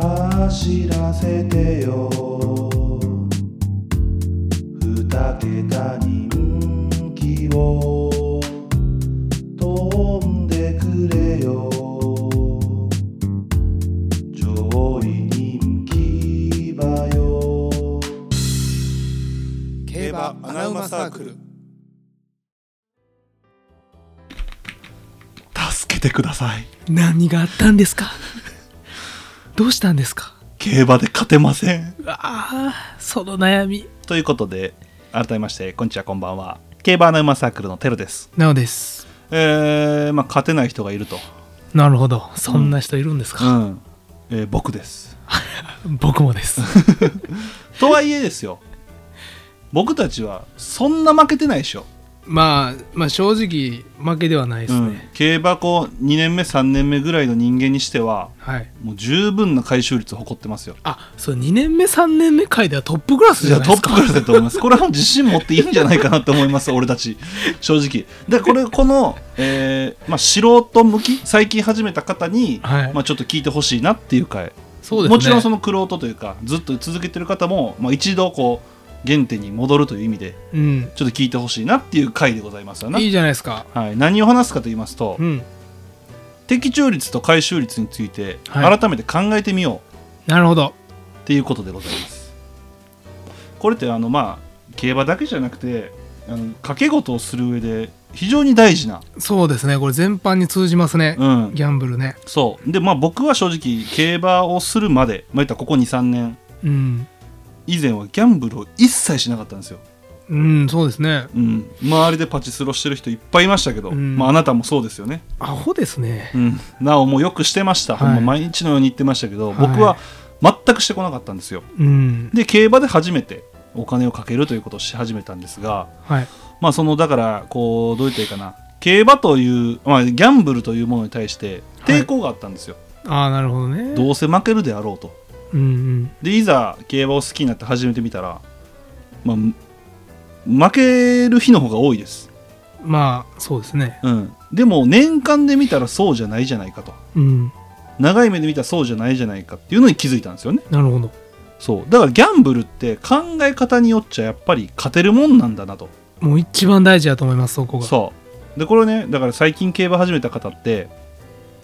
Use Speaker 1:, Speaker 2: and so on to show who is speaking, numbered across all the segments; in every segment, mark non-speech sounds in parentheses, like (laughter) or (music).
Speaker 1: 走らせてよ二桁人気を飛んでくれよ上位人気馬よ
Speaker 2: 競馬アナウマサークル
Speaker 3: 助けてください
Speaker 4: 何があったんですかどうしたんですか
Speaker 3: 競馬で勝てません
Speaker 4: ああその悩み
Speaker 3: ということで改めましてこんにちはこんばんは競馬アナウマサークルのテロです
Speaker 4: なおです
Speaker 3: えー、まあ勝てない人がいると、
Speaker 4: なるほどそんな人いるんです
Speaker 3: う
Speaker 4: か、
Speaker 3: んえー僕です
Speaker 4: 僕もです
Speaker 3: とはいえですよ僕たちはそんな負けてないでしょ、
Speaker 4: まあまあ正直負けではないです
Speaker 3: うん
Speaker 4: ね、
Speaker 3: 競馬こう2年目3年目ぐらいの人間にしては
Speaker 4: はい
Speaker 3: もう十分な回収率を誇ってますよ
Speaker 4: あそう2年目3年目回ではトップクラス
Speaker 3: い
Speaker 4: じゃ
Speaker 3: や
Speaker 4: ない
Speaker 3: トッ
Speaker 4: です
Speaker 3: プク
Speaker 4: か
Speaker 3: ラスだと思います。これはもう自信持っていいんじゃないかなと思います、俺たち、正直。で、これ、この、えーまあ、素人向き、最近始めた方に、
Speaker 4: はい
Speaker 3: まあ、ちょっと聞いてほしいなっていう回、
Speaker 4: そうですね
Speaker 3: もちろんその玄人というか、ずっと続けてる方も、まあ、一度こう原点に戻るという意味で、
Speaker 4: うん。
Speaker 3: ちょっと聞いてほしいなっていう回でございますよない
Speaker 4: いじゃないですか
Speaker 3: はい、何を話すかと言いますと
Speaker 4: う、ん
Speaker 3: 的中率と回収率について、
Speaker 4: はい
Speaker 3: 改めて考えてみよう。
Speaker 4: なるほど
Speaker 3: っていうことでございますこれってあのまあ競馬だけじゃなくてあの賭け事をする上で非常に大事な、
Speaker 4: そうですねこれ全般に通じますね、
Speaker 3: うん、
Speaker 4: ギャンブルね
Speaker 3: そうでまあ僕は正直競馬をするまでまあ言ったらここ23年
Speaker 4: うん
Speaker 3: 以前はギャンブルを一切しなかったんですよ、
Speaker 4: うんそうですね
Speaker 3: うん、周りでパチスロしてる人いっぱいいましたけど、
Speaker 4: うん
Speaker 3: まあ、あなたもそうですよね、
Speaker 4: アホですね
Speaker 3: うん、なおもうよくしてました、
Speaker 4: はい
Speaker 3: ほんま毎日のように言ってましたけど、
Speaker 4: はい
Speaker 3: 僕は全くしてこなかったんですよ
Speaker 4: うん
Speaker 3: で競馬で初めてお金をかけるということをし始めたんですが、
Speaker 4: はい
Speaker 3: まあそのだからこうどう言ったらいいかな競馬という、まあ、ギャンブルというものに対して
Speaker 4: はい
Speaker 3: 抵抗があったんですよ、
Speaker 4: ああなるほどね
Speaker 3: どうせ負けるであろうと
Speaker 4: うんうん
Speaker 3: でいざ競馬を好きになって始めてみたら、まあ、負ける日の方が多いです、
Speaker 4: まあそうですね
Speaker 3: うん、でも年間で見たらそうじゃないじゃないかと
Speaker 4: うん
Speaker 3: 長い目で見たらそうじゃないじゃないかっていうのに気づいたんですよね
Speaker 4: なるほど
Speaker 3: そうだからギャンブルって考え方によっちゃやっぱり勝てるもんなんだなと
Speaker 4: もう一番大事だと思いますそこが
Speaker 3: そうでこれねだから最近競馬始めた方って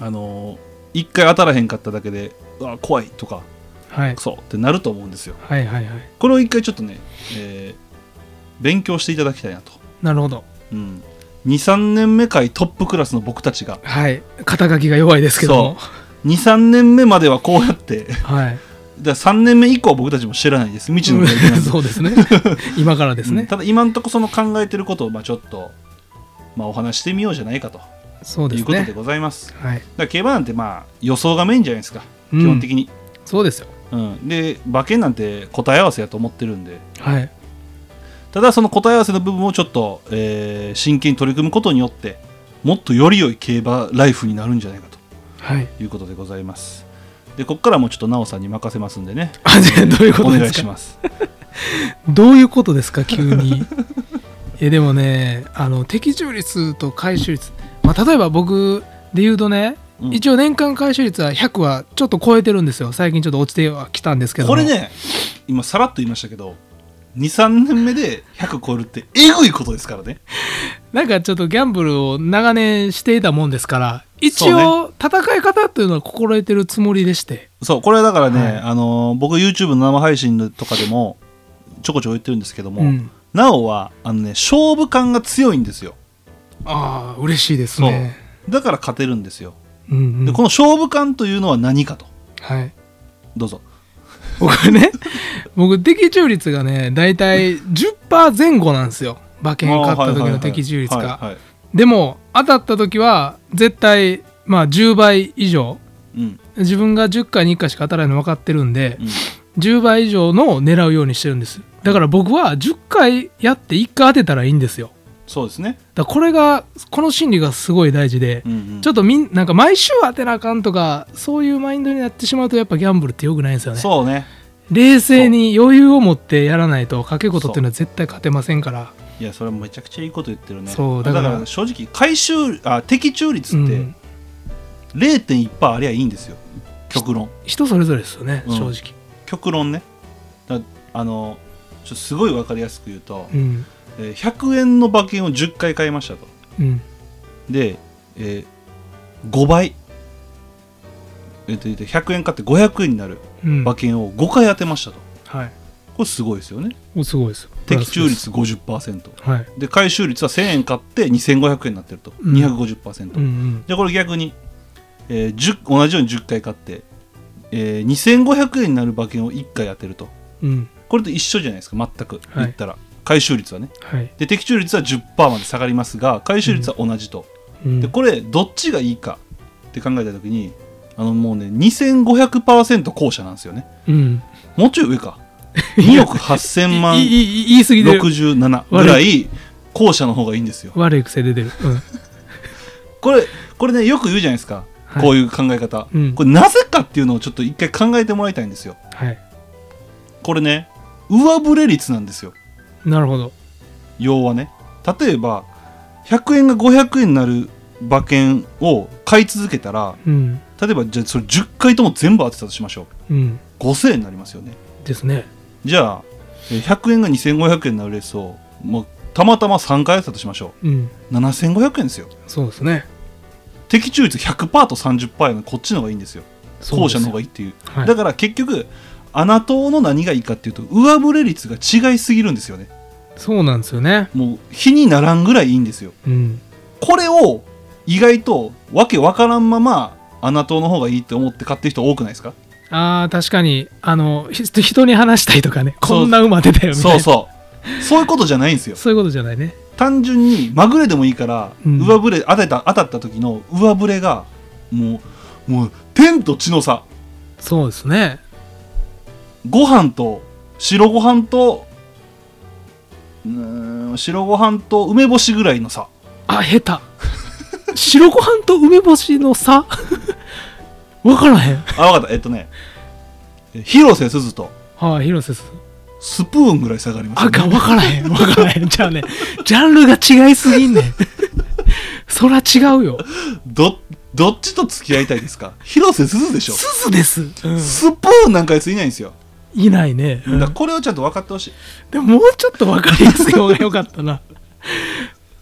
Speaker 3: あのー一回当たらへんかっただけでうわ怖いとか
Speaker 4: はい
Speaker 3: クソってなると思うんですよ
Speaker 4: はいはいはい
Speaker 3: これを一回ちょっとね、えー勉強していただきたいなと、
Speaker 4: なるほど
Speaker 3: うん、23年目界トップクラスの僕たちが
Speaker 4: はい肩書きが弱いですけども
Speaker 3: 23年目まではこうやって (laughs) だか
Speaker 4: はい
Speaker 3: ら3年目以降は僕たちも知らないです未知の領域なんで
Speaker 4: (laughs) そ
Speaker 3: (laughs)
Speaker 4: うですね今からです
Speaker 3: うん
Speaker 4: ね、
Speaker 3: ただ今んとこその考えてることをまあちょっと、まあ、お話ししてみようじゃないかと
Speaker 4: そうで
Speaker 3: いう
Speaker 4: す
Speaker 3: ことで
Speaker 4: ね
Speaker 3: ございます
Speaker 4: はい
Speaker 3: だから競馬なんてまあ予想がメインじゃないですか、
Speaker 4: うん
Speaker 3: 基本的に、
Speaker 4: そうですよ
Speaker 3: うん、で馬券なんて答え合わせやと思ってるんで
Speaker 4: はい
Speaker 3: ただその答え合わせの部分をちょっと、えー真剣に取り組むことによってもっとより良い競馬ライフになるんじゃないかと
Speaker 4: はい
Speaker 3: いうことでございますでここからもちょっと奈緒さんに任せますんでね
Speaker 4: あじゃあどういうこ
Speaker 3: お
Speaker 4: と
Speaker 3: 願
Speaker 4: で
Speaker 3: い
Speaker 4: す
Speaker 3: し
Speaker 4: か
Speaker 3: ます
Speaker 4: どういうことですか急にえでもねあの的中率と回収率、まあ、例えば僕で言うとね、
Speaker 3: うん
Speaker 4: 一応年間回収率は100はちょっと超えてるんですよ最近ちょっと落ちてはきたんですけども
Speaker 3: これね今さらっと言いましたけど23年目で100超えるってえぐいことですからね
Speaker 4: なんかちょっとギャンブルを長年していたもんですから一
Speaker 3: そ
Speaker 4: 応戦い方というのは心得てるつもりでして
Speaker 3: そうこれはだからね、
Speaker 4: はい
Speaker 3: あのー僕 YouTube の生配信とかでもちょこちょこ言ってるんですけども、
Speaker 4: うん
Speaker 3: なおはあのね勝負感が強いんですよ
Speaker 4: ああ嬉しいですね
Speaker 3: だから勝てるんですよ、
Speaker 4: う、んう
Speaker 3: で
Speaker 4: ん、
Speaker 3: この勝負感というのは何かと
Speaker 4: はい
Speaker 3: どうぞ
Speaker 4: 僕ね (laughs) 僕的中率がね大体10%前後なんですよ馬券買った時の的中率
Speaker 3: はい
Speaker 4: が
Speaker 3: はいはい
Speaker 4: でも当たった時は絶対まあ10倍以上
Speaker 3: うん
Speaker 4: 自分が10回に1回しか当たらないの分かってるんで
Speaker 3: うん
Speaker 4: 10倍以上のを狙うようにしてるんですだから僕は10回やって1回当てたらいいんですよ
Speaker 3: そうですね、
Speaker 4: だからこれがこの心理がすごい大事で、
Speaker 3: うんうん
Speaker 4: ちょっとみんなんか毎週当てなあかんとかそういうマインドになってしまうとやっぱギャンブルって良くないんですよね
Speaker 3: そうね
Speaker 4: 冷静に余裕を持ってやらないと賭け事っていうのは絶対勝てませんから
Speaker 3: いやそれはめちゃくちゃいいこと言ってるね
Speaker 4: そうだから
Speaker 3: 正直回収あ的中率
Speaker 4: う
Speaker 3: っ
Speaker 4: ん
Speaker 3: て0.1%ありゃいいんですよ、極論
Speaker 4: 人それぞれですよね、
Speaker 3: うん
Speaker 4: 正直。
Speaker 3: 極論ねだあのちょっとすごい分かりやすく言うと、
Speaker 4: うん。
Speaker 3: えー100円の馬券を10回買いましたと
Speaker 4: うん。
Speaker 3: で、え5倍、えっと100円買って500円になる
Speaker 4: うん。
Speaker 3: 馬券を5回当てましたと
Speaker 4: はい。
Speaker 3: これすごいですよね
Speaker 4: おすごいですよ。
Speaker 3: 的中率
Speaker 4: プ
Speaker 3: 50%
Speaker 4: ラスです。はい。
Speaker 3: で回収率は1000円買って2500円になってると、
Speaker 4: うん
Speaker 3: 250%、
Speaker 4: うんうん。
Speaker 3: じゃあこれ逆に、えー10同じように10回買って、えー2500円になる馬券を1回当てると
Speaker 4: うん。
Speaker 3: これと一緒じゃないですか全く
Speaker 4: い
Speaker 3: 言ったら、回収率はね
Speaker 4: はい。
Speaker 3: で的中率は10%まで下がりますが回収率は同じと、
Speaker 4: うん
Speaker 3: でこれどっちがいいかって考えた時にあのもうね2500%後者なんですよね
Speaker 4: うん。
Speaker 3: もうちょい上か2億8000万
Speaker 4: いいいい言い過ぎてる。
Speaker 3: 67ぐらい後者の方がいいんですよ
Speaker 4: 悪い癖出てる。うん。
Speaker 3: これこれねよく言うじゃないですか、
Speaker 4: はい
Speaker 3: こういう考え方、
Speaker 4: うん
Speaker 3: これなぜかっていうのをちょっと一回考えてもらいたいんですよ
Speaker 4: はい。
Speaker 3: これね上振れ率なんですよ
Speaker 4: なるほど。
Speaker 3: 要はね例えば100円が500円になる馬券を買い続けたら
Speaker 4: うん。
Speaker 3: 例えばじゃあそれ10回とも全部当てたとしましょ
Speaker 4: うん。
Speaker 3: う5000円になりますよね
Speaker 4: ですね。
Speaker 3: じゃあえー100円が2500円になるレースをもうたまたま3回当てたとしましょ
Speaker 4: うん。
Speaker 3: う7500円ですよ
Speaker 4: そうですね。
Speaker 3: 的中率100%と30%やのこっちの方がいいんですよ後者の方が
Speaker 4: いい。
Speaker 3: いいっていう
Speaker 4: はい
Speaker 3: だから結局穴党の何がいいかっていうと上振れ率が違いすぎるんですよね
Speaker 4: そうなんですよね。
Speaker 3: もう比にならんぐらいいいんですよ
Speaker 4: うん。
Speaker 3: これを意外とわけわからんまま穴党の方がいいって思って買ってる人多くないですか
Speaker 4: ああ、確かに、あの、ひ人に話したいとかね、こんな馬出たよみたい
Speaker 3: そ
Speaker 4: な。
Speaker 3: うそうそういうことじゃないんですよ
Speaker 4: そういうことじゃないね。
Speaker 3: 単純にまぐれでもいいから、
Speaker 4: うん
Speaker 3: 上振れ当たった当たった時の上振れがもうもう天と地の差
Speaker 4: そうですね。
Speaker 3: ご飯と白ご飯とうーん白ご飯と梅干しぐらいの差
Speaker 4: あ、下手。白ご飯と梅干しの差 (laughs) わからへん。
Speaker 3: あ分かったえっとねえ広瀬すずと
Speaker 4: はい、広瀬すず。
Speaker 3: スプーンぐらい差があります
Speaker 4: あ
Speaker 3: よね
Speaker 4: かん、わからへん。わからへん。じゃあね、ジャンルが違いすぎんねん。そら違うよ。
Speaker 3: どどっちと付き合いたいですか広瀬すずでしょ
Speaker 4: すずです。うん
Speaker 3: スプーンなんかやついないんですよ
Speaker 4: いないね。
Speaker 3: だからこれをちゃんと分かってほしい
Speaker 4: でももうちょっと分かりやすい方が良かったな。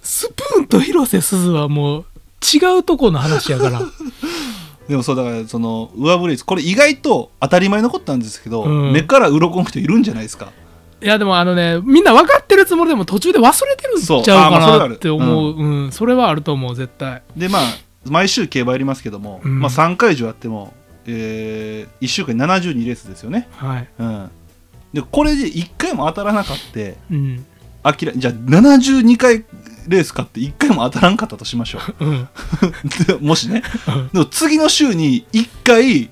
Speaker 4: スプーンと広瀬すずはもう違うとこの話やから。
Speaker 3: でもそうだからその上振れ率これ意外と当たり前のことなんですけど、
Speaker 4: うん
Speaker 3: 目から鱗の人いるんじゃないですか
Speaker 4: いやでもあのね、みんな分かってるつもりでも途中で忘れてるんちゃう
Speaker 3: そうあまあそれは
Speaker 4: か
Speaker 3: あ
Speaker 4: な
Speaker 3: る
Speaker 4: って思う。うん、それはあると思う、絶対。
Speaker 3: でまあ毎週競馬やりますけども、
Speaker 4: うん
Speaker 3: まあ、3回以上やっても、えー、1週間に72レースですよね、
Speaker 4: はい。
Speaker 3: うん、でこれで1回も当たらなかった
Speaker 4: うん。
Speaker 3: あきらじゃあ72回レース買って1回も当たらんかったとしましょ
Speaker 4: うん。
Speaker 3: う (laughs) でもしねでも次の週に1回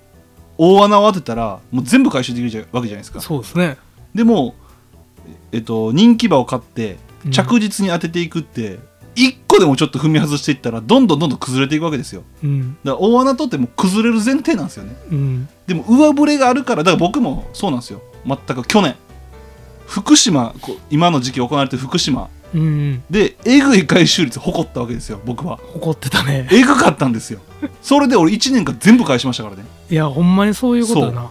Speaker 3: 大穴を当てたらもう全部回収できるじゃわけじゃないですか
Speaker 4: そうですね。
Speaker 3: でも、えっと、人気馬を買って
Speaker 4: うん
Speaker 3: 着実に当てていくって、1個でもちょっと踏み外していったらどんどんどんどん崩れていくわけですよ
Speaker 4: うん。
Speaker 3: だから大穴取っても崩れる前提なんですよね
Speaker 4: うん。
Speaker 3: でも上振れがあるからだから僕もそうなんですよ全く去年福島こう今の時期行われてる福島
Speaker 4: うん。
Speaker 3: でえぐい回収率誇ったわけですよ僕は
Speaker 4: 怒ってたね。
Speaker 3: えぐかったんですよそれで俺1年間全部返しましたからね
Speaker 4: いや、ほんまにそういうことだな。
Speaker 3: だか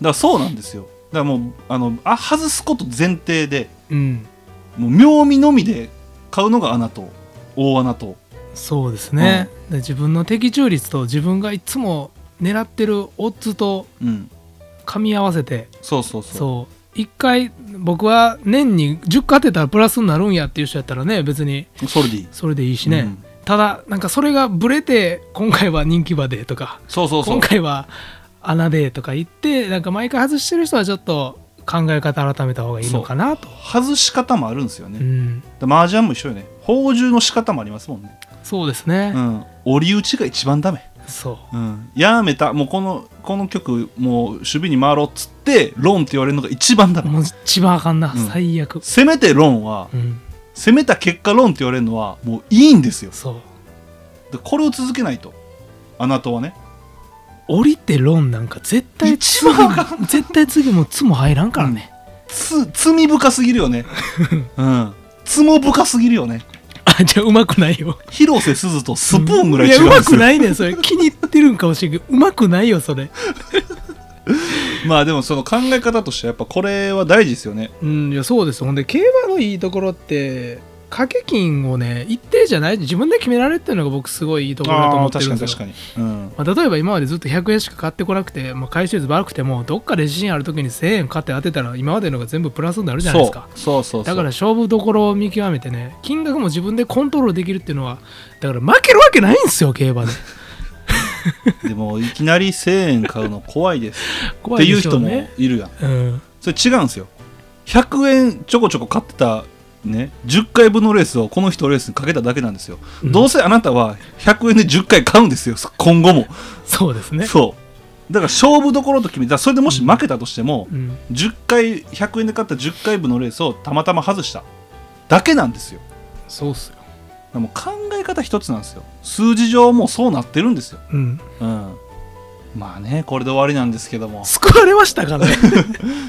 Speaker 3: らそうなんですよだからもうあのあ外すこと前提で
Speaker 4: うん。
Speaker 3: もう妙味のみで買うのが穴と大穴と
Speaker 4: そうですね。で自分の的中率と自分がいつも狙ってるオッズと
Speaker 3: うん
Speaker 4: 噛み合わせて
Speaker 3: そうそうそう
Speaker 4: そう一回僕は年に10個当てたらプラスになるんやっていう人やったらね別に
Speaker 3: それでいい
Speaker 4: それでいいしね、
Speaker 3: うん
Speaker 4: ただなんかそれがブレて今回は人気馬でとか
Speaker 3: そうそうそう
Speaker 4: 今回は穴でとか言ってなんか毎回外してる人はちょっと考え方改めた方がいいのかなと
Speaker 3: 外し方もあるんですよ
Speaker 4: う、
Speaker 3: ね、
Speaker 4: ん、
Speaker 3: だから麻雀も一緒よね宝珠の仕方もありますもんね
Speaker 4: そうですね、
Speaker 3: うん折り打ちが一番ダメ
Speaker 4: そう
Speaker 3: うんやめたもうこのこの曲もう守備に回ろうっつってロンって言われるのが一番ダメ
Speaker 4: もう一番あかんな、
Speaker 3: うん
Speaker 4: 最悪
Speaker 3: せめてロンは
Speaker 4: うん
Speaker 3: 攻めた結果ロンって言われるのはもういいんですよ
Speaker 4: そう
Speaker 3: でこれを続けないとあなたはね
Speaker 4: 降りて論なんか絶対
Speaker 3: 一番あ
Speaker 4: 次絶対次も「つ」も入らんからね、
Speaker 3: (laughs) つ罪深すぎるよねうん罪深すぎるよね
Speaker 4: あじゃあうまくないよ
Speaker 3: 広瀬すずとスプーンぐらい違
Speaker 4: や
Speaker 3: うん
Speaker 4: う
Speaker 3: で
Speaker 4: ますく
Speaker 3: よ
Speaker 4: ないねんそれ気に入ってるんかもしれんけどうまくないよそれ
Speaker 3: まあでもその考え方としてやっぱこれは大事ですよね
Speaker 4: うんいやそうですほんで競馬のいいところって掛け金をね一定じゃない自分で決められるっていうのが僕すごいいいところだと思
Speaker 3: あ
Speaker 4: っ
Speaker 3: あ
Speaker 4: てる
Speaker 3: 確
Speaker 4: ん
Speaker 3: か
Speaker 4: で
Speaker 3: に
Speaker 4: すよ
Speaker 3: 確かに、うん、
Speaker 4: まあ、例えば今までずっと100円しか買ってこなくて、まあ、回収率悪くてもどっかレジシーンある時に1000円買って当てたら今までのが全部プラスになるじゃないですか
Speaker 3: そうそうそうそう
Speaker 4: だから勝負どころを見極めてね金額も自分でコントロールできるっていうのはだから負けるわけないんですよ競馬
Speaker 3: (laughs)
Speaker 4: で
Speaker 3: でもいきなり1000円買うの怖いですっ
Speaker 4: (laughs) 怖
Speaker 3: て
Speaker 4: い
Speaker 3: いう
Speaker 4: でしょ
Speaker 3: 人
Speaker 4: う
Speaker 3: も
Speaker 4: ね
Speaker 3: いるやん
Speaker 4: うん
Speaker 3: それ違うんですよ100円ちょこちょこ買ってたね10回分のレースをこの人レースにかけただけなんですよ、
Speaker 4: うん
Speaker 3: どうせあなたは100円で10回買うんですよ今後も、
Speaker 4: そうですね
Speaker 3: そうだから勝負どころと決めたそれでもし負けたとしても、
Speaker 4: うん
Speaker 3: 10回100円で買った10回分のレースをたまたま外しただけなんですよ
Speaker 4: そうっすよ
Speaker 3: でも考え方一つなんですよ数字上もうそうなってるんですよ、
Speaker 4: うん
Speaker 3: うん、まあねこれで終わりなんですけども
Speaker 4: 救われましたからね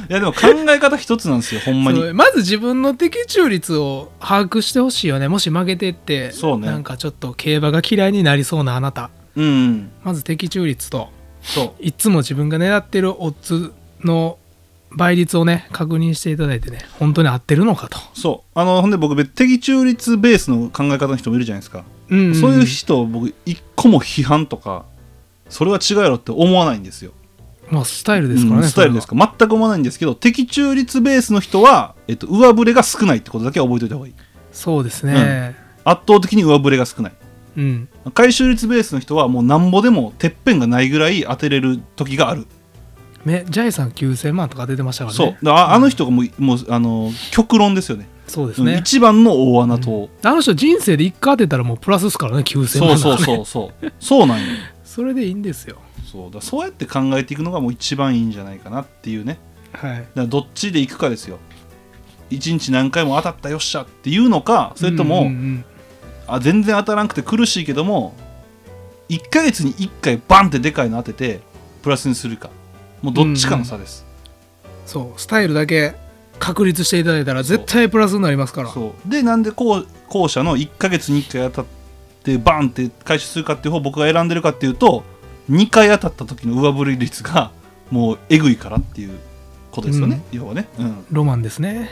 Speaker 3: いやでも考え方一つなんですよ (laughs) ほんまに
Speaker 4: そうまず自分の的中率を把握してほしいよねもし負けてって
Speaker 3: そうね
Speaker 4: なんかちょっと競馬が嫌いになりそうなあなた
Speaker 3: うん
Speaker 4: まず的中率と
Speaker 3: そう
Speaker 4: いつも自分が狙ってるオッズの倍率をね確認していただいてね本当に合ってるのかと、
Speaker 3: そうあのほんで僕的中率ベースの考え方の人もいるじゃないですか、
Speaker 4: うん
Speaker 3: そういう人を僕一個も批判とかそれは違うやろって思わないんですよ
Speaker 4: まあスタイルですからね、
Speaker 3: うんスタイルです
Speaker 4: か
Speaker 3: か全く思わないんですけど的中率ベースの人は、えっと、上振れが少ないってことだけは覚えておいた方がいい
Speaker 4: そうですね
Speaker 3: 圧倒的に上振れが少ない
Speaker 4: うん、
Speaker 3: 回収率ベースの人はもうなんぼでもてっぺんがないぐらい当てれる時がある
Speaker 4: めジャイさん9000万とか出てましたから
Speaker 3: そう
Speaker 4: ね
Speaker 3: だからああの人がもう,、もうあの極論ですよね
Speaker 4: そうですね、
Speaker 3: 一番の大穴と、
Speaker 4: あの人人生で1回当てたらもうプラスですからね9000
Speaker 3: そ
Speaker 4: 万
Speaker 3: うそう
Speaker 4: う
Speaker 3: そうそう
Speaker 4: (laughs)
Speaker 3: そうなんよ
Speaker 4: それでいいんですよ
Speaker 3: そうだそうやって考えていくのがもう一番いいんじゃないかなっていうね
Speaker 4: はい
Speaker 3: だからどっちでいくかですよ一日何回も当たったよっしゃっていうのかそれとも、
Speaker 4: うんうん
Speaker 3: あ全然当たらなくて苦しいけども1ヶ月に1回バンってでかいの当ててプラスにするかもうどっちかの差です、
Speaker 4: うんそうスタイルだけ確立していただいたら絶対プラスになりますから
Speaker 3: そうでなんで後後者の1ヶ月に1回当たってバンって回収するかっていう方を僕が選んでるかっていうと2回当たった時の上振れ率がもうえぐいからっていうことですよね、要はねうん、
Speaker 4: ロマンですね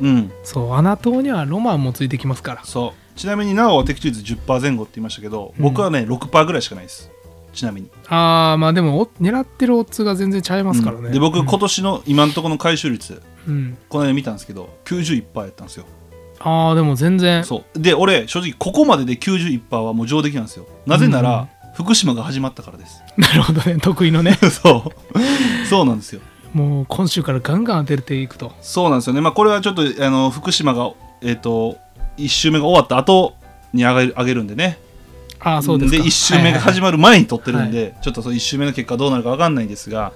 Speaker 3: うん、
Speaker 4: そう穴党にはロマンもついてきますから
Speaker 3: そうちなみになおは的中率10%前後って言いましたけど僕はね、6%ぐらいしかないですちなみに
Speaker 4: ああまあでもお狙ってるオッズが全然ちゃいますからね、
Speaker 3: うんで僕今
Speaker 4: こ、
Speaker 3: 年の今のところの回収率、
Speaker 4: うん、
Speaker 3: この間見たんですけど91%やったんですよ
Speaker 4: ああでも全然
Speaker 3: そうで俺正直ここまでで91%はもう上出来なんですよなぜなら、福島が始まったからです (laughs)
Speaker 4: (laughs) なるほどね得意のね
Speaker 3: そうそうなんですよ
Speaker 4: もう今週からガンガン当てていくと
Speaker 3: そうなんですよねまあこれはちょっとあの福島がえっ、と1周目が終わった後に上げる上げるんでね
Speaker 4: ああそうですか
Speaker 3: 1周目が始
Speaker 4: ま
Speaker 3: まる前に撮ってるんで、ちょっとその1周目の結果どうなるか分かんないんですが、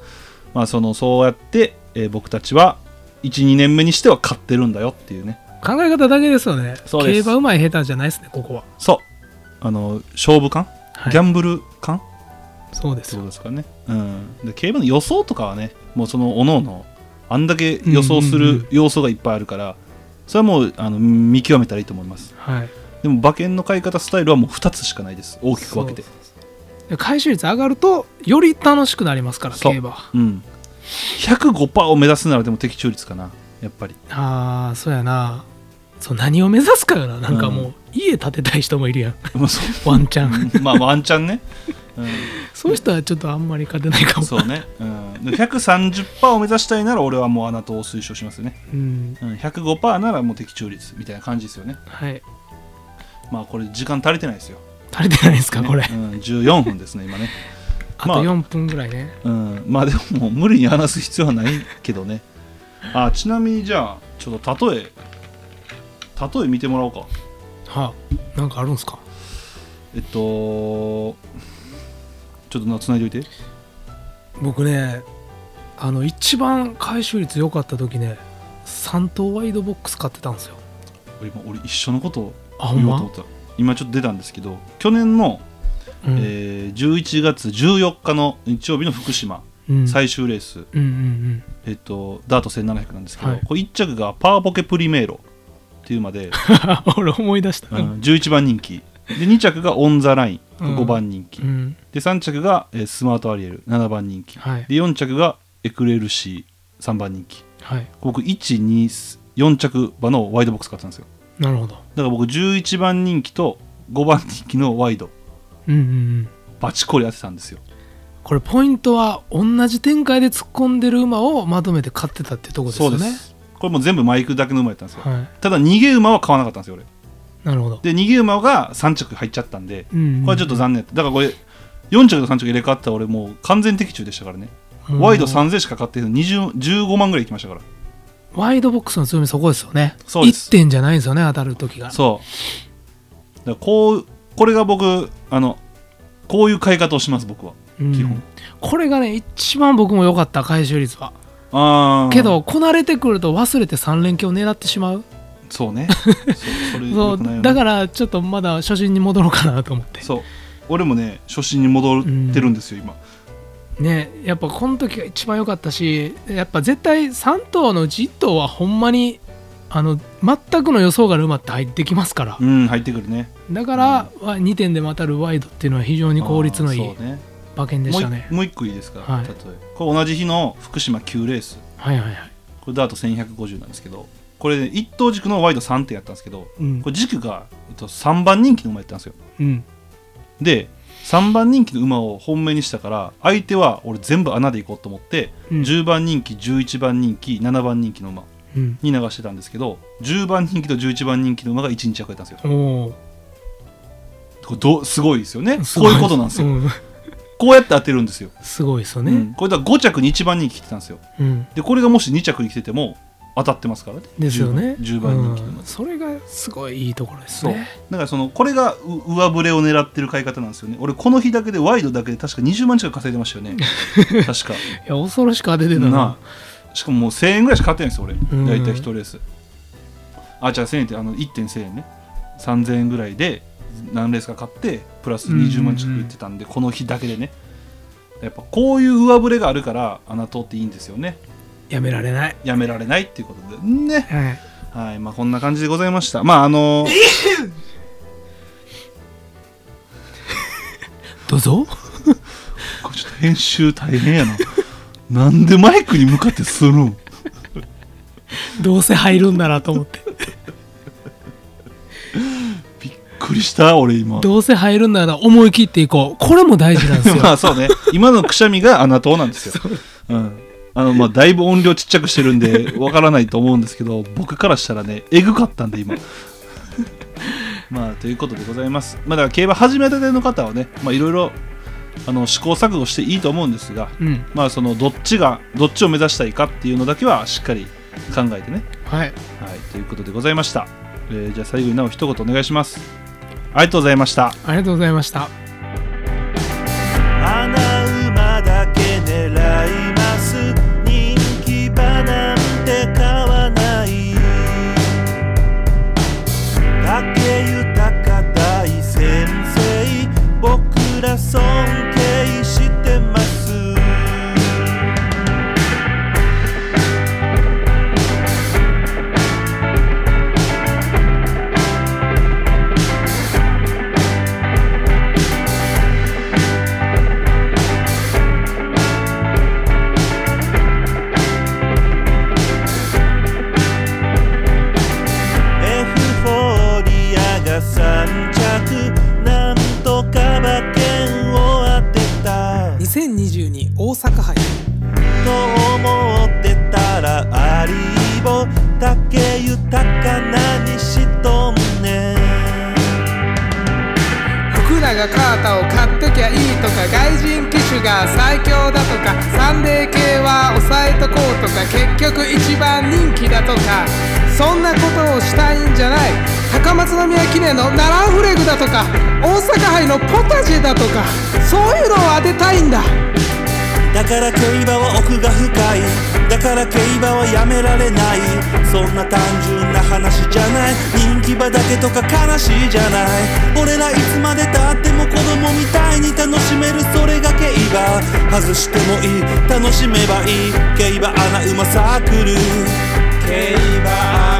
Speaker 3: まあ、そのそうやって、えー僕たちは12年目にしては勝ってるんだよっていうね
Speaker 4: 考え方だけですよね
Speaker 3: そうです
Speaker 4: 競馬うまい下手じゃないですねここは、
Speaker 3: そうあの勝負感、
Speaker 4: はい、
Speaker 3: ギャンブル感っ
Speaker 4: そうで
Speaker 3: て
Speaker 4: す
Speaker 3: こ
Speaker 4: よ
Speaker 3: とですかね、うん、で競馬の予想とかはねもうそのおののあんだけ予想す
Speaker 4: うんうんう
Speaker 3: る
Speaker 4: ん
Speaker 3: 要素がいっぱいあるから、それはもうあの見極めたらいいと思います
Speaker 4: はい
Speaker 3: でも馬券の買い方スタイルはもう2つしかないです大きく分けて
Speaker 4: そうそうそうで回収率上がるとより楽しくなりますから
Speaker 3: そう
Speaker 4: 競馬は
Speaker 3: うん105%を目指すならでも的中率かなやっぱり
Speaker 4: ああそうやなそう何を目指すかよななんかもう、
Speaker 3: う
Speaker 4: 家建てたい人もいるやん
Speaker 3: まあそ
Speaker 4: (laughs) ワンチャン
Speaker 3: うまあワンチャンね、
Speaker 4: (laughs) そういう人はちょっとあんまり勝てないか
Speaker 3: うん、
Speaker 4: も
Speaker 3: そうね、うん、で130%を目指したいなら俺はもうあなたを推奨しますよね、
Speaker 4: うん
Speaker 3: うん、105%ならもう的中率みたいな感じですよね
Speaker 4: はい
Speaker 3: まあこれ時間足りてないですよ、
Speaker 4: 足りてないですか、
Speaker 3: ね
Speaker 4: これ
Speaker 3: うん、14分ですね今ね、
Speaker 4: あと
Speaker 3: まあ
Speaker 4: 4分ぐらいね、
Speaker 3: うん、まあでももう無理に話す必要はないけどねあちなみにじゃあちょっと例え例え見てもらおうか
Speaker 4: はあなんかあるんすか
Speaker 3: えっとちょっとなつないでおいて
Speaker 4: 僕ねあの一番回収率良かった時ね3等ワイドボックス買ってたんですよ
Speaker 3: 俺今俺一緒のことを
Speaker 4: あほん
Speaker 3: 言おうと
Speaker 4: ま
Speaker 3: 思、った今ちょっと出たんですけど去年の
Speaker 4: うん
Speaker 3: えー11月14日の日曜日の福島
Speaker 4: うん、
Speaker 3: 最終レース、
Speaker 4: うんうん (laughs)
Speaker 3: えっとダート1700なんですけど、
Speaker 4: はい
Speaker 3: これ1着がパワーポケプリメーロっっていうまで、
Speaker 4: 俺思い出した、
Speaker 3: うん11番人気で2着がオン・ザ・ライン
Speaker 4: うん
Speaker 3: 5番人気、
Speaker 4: うん
Speaker 3: で3着が、えースマート・アリエル7番人気、
Speaker 4: はい
Speaker 3: で4着がエクレルシー3番人気
Speaker 4: はい
Speaker 3: 僕124着馬のワイドボックス買ってたんですよ
Speaker 4: なるほ
Speaker 3: だ
Speaker 4: ど
Speaker 3: から僕11番人気と5番人気のワイド
Speaker 4: うんうんうん
Speaker 3: バチコリ当てたんですよ
Speaker 4: これポイントは同じ展開で突っ込んでる馬をまとめて勝ってたってとこですよね
Speaker 3: これもう全部マイクだけの馬やったんですよ、
Speaker 4: はい
Speaker 3: ただ逃げ馬は買わなかったんですよ俺
Speaker 4: なるほど
Speaker 3: で逃げ馬が3着入っちゃったんで
Speaker 4: うんうん
Speaker 3: これはちょっと残念だっただからこれ4着と3着入れ替わったら俺もう完全的中でしたからねワイド
Speaker 4: うん
Speaker 3: 3000しか買ってない20 15万ぐらいいきましたから
Speaker 4: ワイドボックスの強みそこですよね
Speaker 3: そうです
Speaker 4: 1点じゃないんですよね当たる時が
Speaker 3: そうだからこうこれが僕あのこういう買い方をします僕は
Speaker 4: うん
Speaker 3: 基本
Speaker 4: これがね一番僕も良かった回収率は
Speaker 3: あー
Speaker 4: けどこなれてくると忘れて3連休を狙ってしまう
Speaker 3: そうねそうそれ
Speaker 4: (laughs) そ
Speaker 3: 良くないよね
Speaker 4: うだからちょっとまだ初心に戻ろうかなと思って
Speaker 3: そう俺もね初心に戻ってるんですよ、今
Speaker 4: ねやっぱこの時が一番良かったしやっぱ絶対3頭のうち1頭はほんまにあの全くの予想がある馬って入ってきますから
Speaker 3: うん入ってくるね
Speaker 4: だから、わ2点でまたるワイドっていうのは非常に効率のい
Speaker 3: あ
Speaker 4: い
Speaker 3: ーそうね
Speaker 4: 馬券で
Speaker 3: もう
Speaker 4: した
Speaker 3: 一
Speaker 4: ね
Speaker 3: もう一個いいですか、
Speaker 4: はい
Speaker 3: 例えこれ同じ日の福島9レース
Speaker 4: はいはいはい
Speaker 3: これダート1150なんですけどこれ、ね、一等軸のワイド3点やったんですけど
Speaker 4: うん
Speaker 3: これ軸が、えっと、3番人気の馬やったんですよ
Speaker 4: うん
Speaker 3: で3番人気の馬を本命にしたから相手は俺全部穴でいこうと思って、
Speaker 4: うん
Speaker 3: 10番人気11番人気7番人気の馬
Speaker 4: うん
Speaker 3: に流してたんですけど10番人気と11番人気の馬が1日役やったんですよ
Speaker 4: おお
Speaker 3: これどうすごいですよねこういうことなんですよ、
Speaker 4: うん
Speaker 3: こうやって当てるんですよ、
Speaker 4: すごいですよ
Speaker 3: う
Speaker 4: ね
Speaker 3: んこれだから5着に1番人気来てたんですよ
Speaker 4: うん、
Speaker 3: でこれがもし2着に来てても当たってますからね
Speaker 4: ですよね
Speaker 3: 10番人気の馬
Speaker 4: うんそれがすごいいいところです
Speaker 3: そう
Speaker 4: ね
Speaker 3: だからそのこれがう上振れを狙ってる買い方なんですよね俺この日だけでワイドだけで確か20万近く稼いでましたよね
Speaker 4: (laughs)
Speaker 3: 確か
Speaker 4: いや恐ろしく当ててたな
Speaker 3: なあしかももう1000円ぐらいしか買ってないんですよ
Speaker 4: ん
Speaker 3: 俺大体1レースあじゃあ1000円ってあの1.1000円ね3000円ぐらいで何レースか買ってプラス20万近くいってたんで、この日だけでねやっぱこういう上振れがあるから穴通っていいんですよね
Speaker 4: やめられない
Speaker 3: やめられないっていうことでね
Speaker 4: はい
Speaker 3: はいまあこんな感じでございましたまああの
Speaker 4: どうぞ
Speaker 3: これちょっと編集大変やななんでマイクに向かってするん
Speaker 4: どうせ入るんだなと思って
Speaker 3: びっくりした俺今
Speaker 4: どうせ入るんなら思い切っていこうこれも大事なんですよ
Speaker 3: (laughs) まあそうね今のくしゃみが穴党なんですよ、うんあのまあ、だいぶ音量ちっちゃくしてるんでわからないと思うんですけど僕からしたらねえぐかったんで今まあということでございます、まあ、だから競馬始めたての方はねまあいろいろあの試行錯誤していいと思うんですが
Speaker 4: うん
Speaker 3: まあそのどっちがどっちを目指したいかっていうのだけはしっかり考えてね
Speaker 4: はい
Speaker 3: はいということでございました、えーじゃあ最後になお一言お願いしますありがとうございました
Speaker 4: ありがとうございました
Speaker 1: 穴馬だけ狙います人気馬なんて買わない竹豊大先生僕ら尊敬してますエフフォーリアが3着なんとか馬券を当てた
Speaker 4: 2022大阪杯
Speaker 1: と思ってたらアリーボ竹豊なにしとんねん
Speaker 4: 福永カータを買っときゃいいとか外人機種が最強だとかサンデー系は抑えとこうとか結局一番人気だとかそんなことをしたいんじゃない高松宮記念のナランフレグだとか大阪杯のポタジェだとかそういうのを当てたいんだ
Speaker 1: だから競馬は奥が深いだから競馬はやめられないそんな単純な話じゃない人気馬だけとか悲しいじゃない俺らいつまでたっても子供みたいに楽しめるそれが競馬外してもいい楽しめばいい競馬穴馬サークル競馬